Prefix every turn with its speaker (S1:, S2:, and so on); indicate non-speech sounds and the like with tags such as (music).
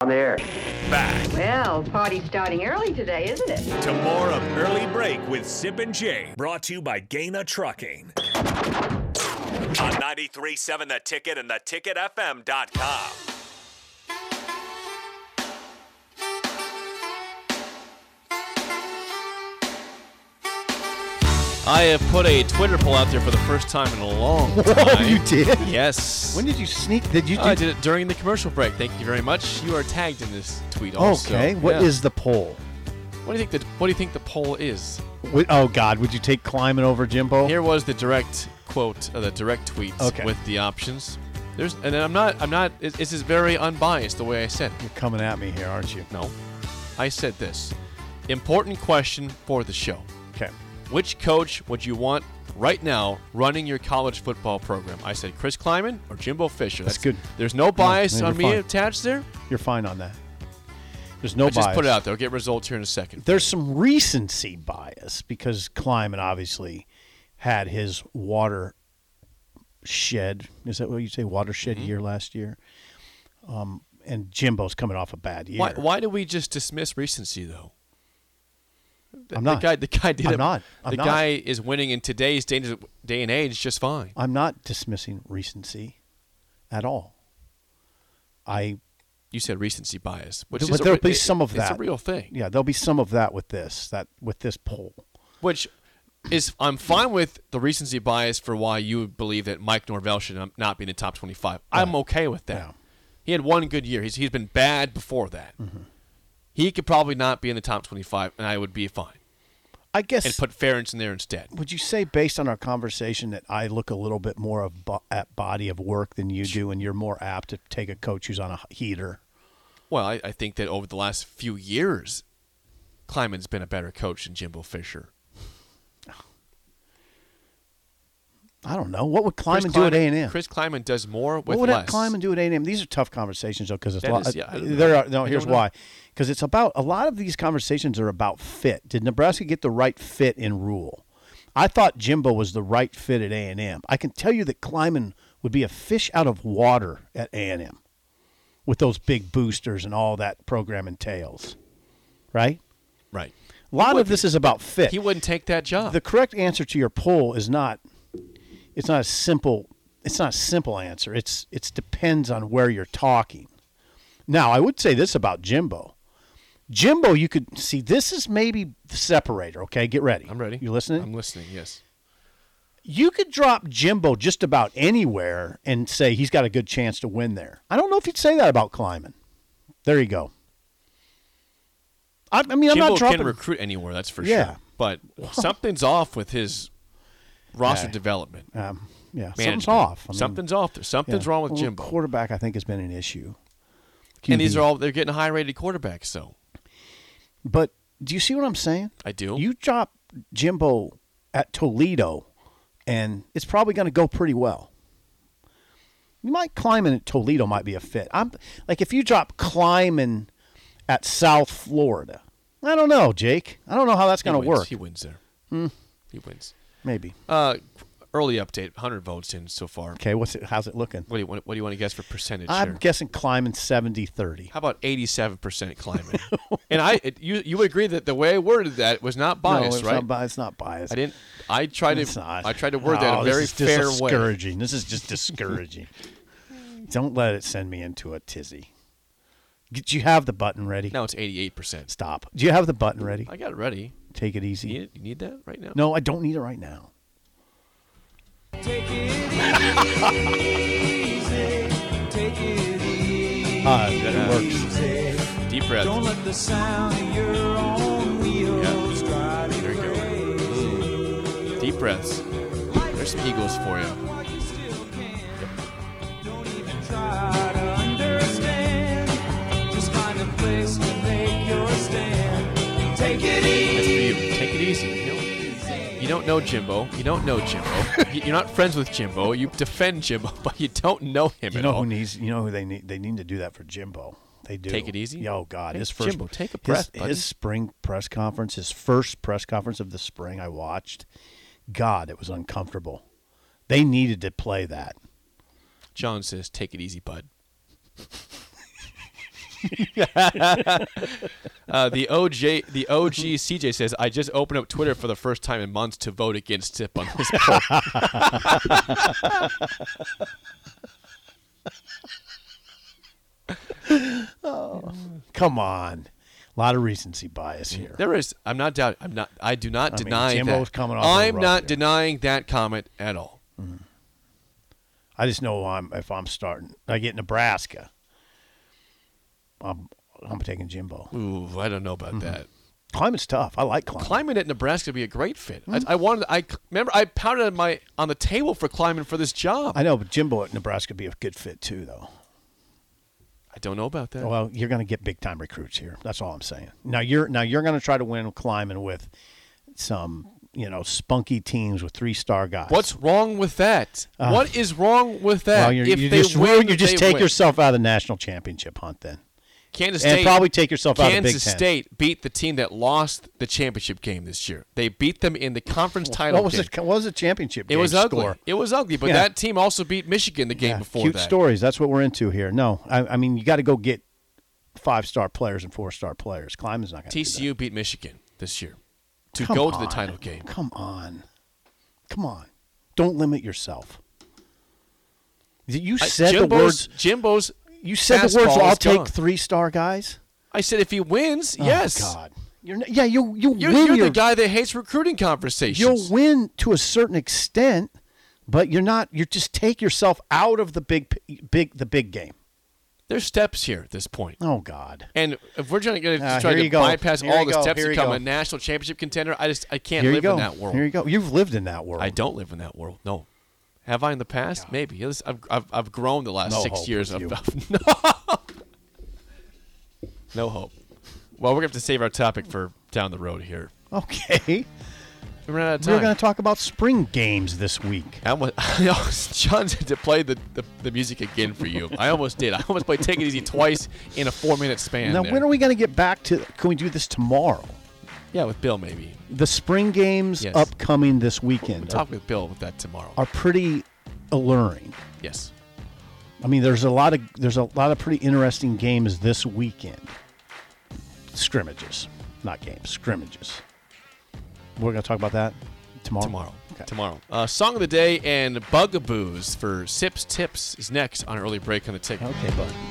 S1: on the air.
S2: Back
S3: Well, party's starting early today, isn't it?
S2: to more of Early Break with Sip and Jay, brought to you by Gaina Trucking. On 93.7 The Ticket and theticketfm.com.
S4: I have put a Twitter poll out there for the first time in a long time.
S5: (laughs) Whoa, you did?
S4: Yes.
S5: When did you sneak? Did you?
S4: I did it during the commercial break. Thank you very much. You are tagged in this tweet also.
S5: okay. What is
S4: Yeah.
S5: the poll?
S4: What do you think the What do you think the poll is?
S5: Wi- oh God, would you take climbing over Jimbo?
S4: Here was the direct quote, uh, the direct tweet
S5: Okay.
S4: with the options. There's and then I'm not I'm not it- this is very unbiased the way I said.
S5: You're coming at me here, aren't you?
S4: No. I said this. Important question for the show.
S5: Okay.
S4: Which coach would you want right now running your college football program? I said Chris Kleiman or Jimbo Fisher.
S5: That's good.
S4: There's no bias
S5: no,
S4: on me
S5: you're fine.
S4: attached there.
S5: You're fine on that. There's no
S4: I just
S5: bias.
S4: put it out there. I'll get results here in a second.
S5: There's some recency bias because Kleiman obviously had his water shed. Is that what you say? Watershed
S4: Mm-hmm.
S5: year last year. Um, and Jimbo's coming off a bad year.
S4: Why, why do we just dismiss recency though? The,
S5: I'm
S4: the
S5: not.
S4: guy, the guy did
S5: I'm
S4: it.
S5: not. I'm
S4: the
S5: not.
S4: guy is winning in today's day, day and age just fine.
S5: I'm not dismissing recency at all. I
S4: You said recency bias, which
S5: But
S4: is a
S5: there'll
S4: re-
S5: be
S4: it-
S5: some of
S4: It's a
S5: that.
S4: real thing.
S5: yeah, there'll be some of that with this that with this poll.
S4: which is I'm fine with the recency bias for why you would believe that Mike Norvell should not- not be in the top 25. I'm okay with that.
S5: Yeah.
S4: He had one good year. He's he's been bad before that.
S5: Mm-hmm.
S4: He could probably not be in the top 25, and I would be fine
S5: I guess.
S4: and put Ferentz in there instead.
S5: would you say, based on our conversation, that I look a little bit more of bo- at body of work than you do, and you're more apt to take a coach who's on a heater?
S4: Well, I, I think that over the last few years, Kleiman's been a better coach than Jimbo Fisher.
S5: I don't know. What would
S4: Chris
S5: Kleiman do at A
S4: Kleiman-
S5: and M?
S4: Chris Kleiman does more with
S5: What would
S4: less.
S5: Kleiman do at A and M? These are tough conversations though, because it's
S4: That
S5: a lot.
S4: is- yeah, I don't know.
S5: there are no.
S4: I
S5: Here's
S4: don't know.
S5: why, because it's about a lot of these conversations are about fit. Did Nebraska get the right fit in rule? I thought Jimbo was the right fit at A and M. I can tell you that Kleiman would be a fish out of water at A and M, with those big boosters and all that program entails, right?
S4: Right.
S5: A lot of this is about fit
S4: He wouldn't take that job.
S5: the correct answer to your poll is not it's not a simple it's not a simple answer it's it's depends on where you're talking now i would say this about jimbo jimbo you could see this is maybe the separator okay get ready
S4: I'm ready.
S5: you listening
S4: I'm listening. Yes.
S5: you could drop jimbo just about anywhere and say he's got a good chance to win there i don't know if you'd say that about Kleiman. there you go i, I mean i'm
S4: Jimbo
S5: not dropping
S4: can recruit anywhere, that's for
S5: Yeah.
S4: sure.
S5: (laughs)
S4: But something's off with his roster development.
S5: um, yeah
S4: management.
S5: something's off I mean,
S4: something's off there. Something's
S5: Yeah.
S4: wrong with
S5: Well,
S4: Jimbo.
S5: Quarterback, I think, has been an issue.
S4: and these
S5: QB.
S4: are all they're getting high-rated quarterbacks. So
S5: But do you see what I'm saying?
S4: I do.
S5: You drop Jimbo at Toledo, and it's probably going to go pretty well. You might Kleiman at Toledo might be a fit. I'm like if you drop Kleiman at South Florida. I don't know, Jake. I don't know how that's
S4: He
S5: going to
S4: wins.
S5: work. Hmm.
S4: He wins there. He wins.
S5: Maybe.
S4: Uh, early update: 100 votes in so far.
S5: Okay, what's it? How's it looking?
S4: What do you want? What do you want to guess for percentage?
S5: I'm
S4: here?
S5: guessing Kleiman 70-30.
S4: How about 87%
S5: (laughs)
S4: Kleiman? and I, it, you, you would agree that the way I worded that was not
S5: No,
S4: biased,
S5: it's
S4: right?
S5: Not, bi- it's not biased.
S4: I didn't. I tried
S5: It's
S4: to.
S5: not.
S4: I tried to word that in a
S5: No, this
S4: very
S5: is just
S4: fair way.
S5: discouraging. This is just discouraging. (laughs) Don't let it send me into a tizzy. Do you have the button ready?
S4: Now it's 88%.
S5: Stop. Do you have the button ready?
S4: I got it ready.
S5: Take it easy.
S4: You need, it? you need that right now?
S5: No, I don't need it right now. Ah, it works.
S4: Deep breath.
S6: Don't let the sound of your own wheels drive you
S4: There you go. Deep breaths. There's some Eagles for you.
S6: while you still can. Don't even try to understand. Just find a place to make your stand. Take
S4: That's
S6: it easy.
S4: for you. Take it easy. You don't, you don't know Jimbo. You don't know
S6: (laughs)
S4: Jimbo. You- You're not friends with Jimbo. You defend Jimbo, (laughs) but you don't know him
S5: You
S4: at
S5: know
S4: all.
S5: who needs? You know who they need? They need to do that for Jimbo. They do.
S4: Take it easy?
S5: Oh God,
S4: Hey,
S5: his first
S4: Jimbo, take a
S5: his-
S4: breath, buddy.
S5: His spring press conference, his first press conference of the spring, I watched. God, it was uncomfortable. They needed to play that.
S6: (laughs)
S4: John says, "Take it easy, bud." Uh, the OJ, the OG CJ says, I just opened up Twitter for the first time in months to vote against Tip on this poll.
S5: Come on. A lot of recency bias here.
S4: There is. I'm not doubting. I'm not. I do not
S5: mean,
S4: deny
S5: Jimbo's
S4: that.
S5: coming off of a
S4: I'm
S5: rough
S4: not
S5: year.
S4: denying that comment at all.
S5: I just know I'm if I'm starting. I get Nebraska. I'm I'm taking Jimbo.
S4: Ooh, I don't know about
S5: Mm-hmm.
S4: that.
S5: Climate's tough. I like climate.
S4: Kleiman at Nebraska would be a great fit.
S5: Mm-hmm.
S4: I, I wanted. I remember I pounded on my on the table for Kleiman for this job.
S5: I know, but Jimbo at Nebraska would be a good fit too, though.
S4: I don't know about that.
S5: Well, you're going to get big time recruits here. That's all I'm saying. Now you're now you're going to try to win climbing with some you know spunky teams with three star guys.
S4: What's wrong with that? what is wrong with that?
S5: Uh, well, you're,
S4: if
S5: you
S4: they
S5: just
S4: win,
S5: you just
S4: they
S5: take
S4: win.
S5: yourself out of the national championship hunt then,
S4: Kansas
S5: and
S4: State
S5: probably take yourself out of the Big
S4: Kansas
S5: Ten.
S4: State beat the team that lost the championship game this year. They beat them in the conference title.
S5: What was
S4: game.
S5: it? What was the championship?
S4: It
S5: game
S4: was ugly.
S5: score?
S4: It was ugly, but
S5: Yeah.
S4: that team also beat Michigan the game
S5: Yeah,
S4: before
S5: cute
S4: that.
S5: stories. That's what we're into here. No, I, I mean you got to go get five star players and four star players. Climbing's not going to
S4: TCU beat Michigan this year to
S5: Come
S4: go to the
S5: on.
S4: title game.
S5: Come on, come on! Don't limit yourself. You
S4: I-
S5: said the
S4: Jimbo's,
S5: words.
S4: Jimbo's.
S5: You said the words.
S4: fastball
S5: I'll
S4: is
S5: take
S4: gone."
S5: three star guys.
S4: I said if he wins,
S5: Oh,
S4: yes.
S5: God, you're n- yeah. You you
S4: You're,
S5: win
S4: you're
S5: your,
S4: the guy that hates recruiting conversations.
S5: You'll win to a certain extent, but you're not. You just take yourself out of the big p- big the big game.
S4: There's steps here at this point.
S5: Oh God.
S4: And if we're trying to, get,
S5: Ah,
S4: try
S5: here
S4: to
S5: you go.
S4: bypass
S5: Here
S4: all
S5: you
S4: the
S5: go.
S4: steps to
S5: Here you
S4: become
S5: go.
S4: a national championship contender, I just I can't
S5: Here you
S4: live
S5: go.
S4: in that world.
S5: Here you go. You've lived in that world.
S4: I don't live in that world. No. Have I in the past? Maybe. Yes, I've, I've, I've grown the last
S5: No
S4: six
S5: hope
S4: years.
S5: with
S4: Of,
S5: you.
S4: of- (laughs) no. no hope. Well, we're going to have to save our topic for down the road here. (laughs)
S5: Okay.
S4: We ran out of time.
S5: We're going to talk about spring games this week.
S4: I almost, (laughs) I almost John said to play the, the, the music again for you. I almost did. I almost played Take It Easy twice in a four minute span.
S5: now,
S4: there.
S5: when are we going to get back to? Can we do this tomorrow?
S4: Yeah, with Bill maybe.
S5: The spring games
S4: Yes.
S5: upcoming this weekend are,
S4: Talk with Bill with that tomorrow.
S5: are pretty alluring.
S4: yes.
S5: I mean, there's a lot of there's a lot of pretty interesting games this weekend. Scrimmages, not games, scrimmages. We're going to talk about that tomorrow.
S4: Tomorrow.
S5: Okay.
S4: Tomorrow. Uh, Song of the Day and Bugaboos for Sips Tips is next on Early Break on the Ticket.
S5: Okay, bud.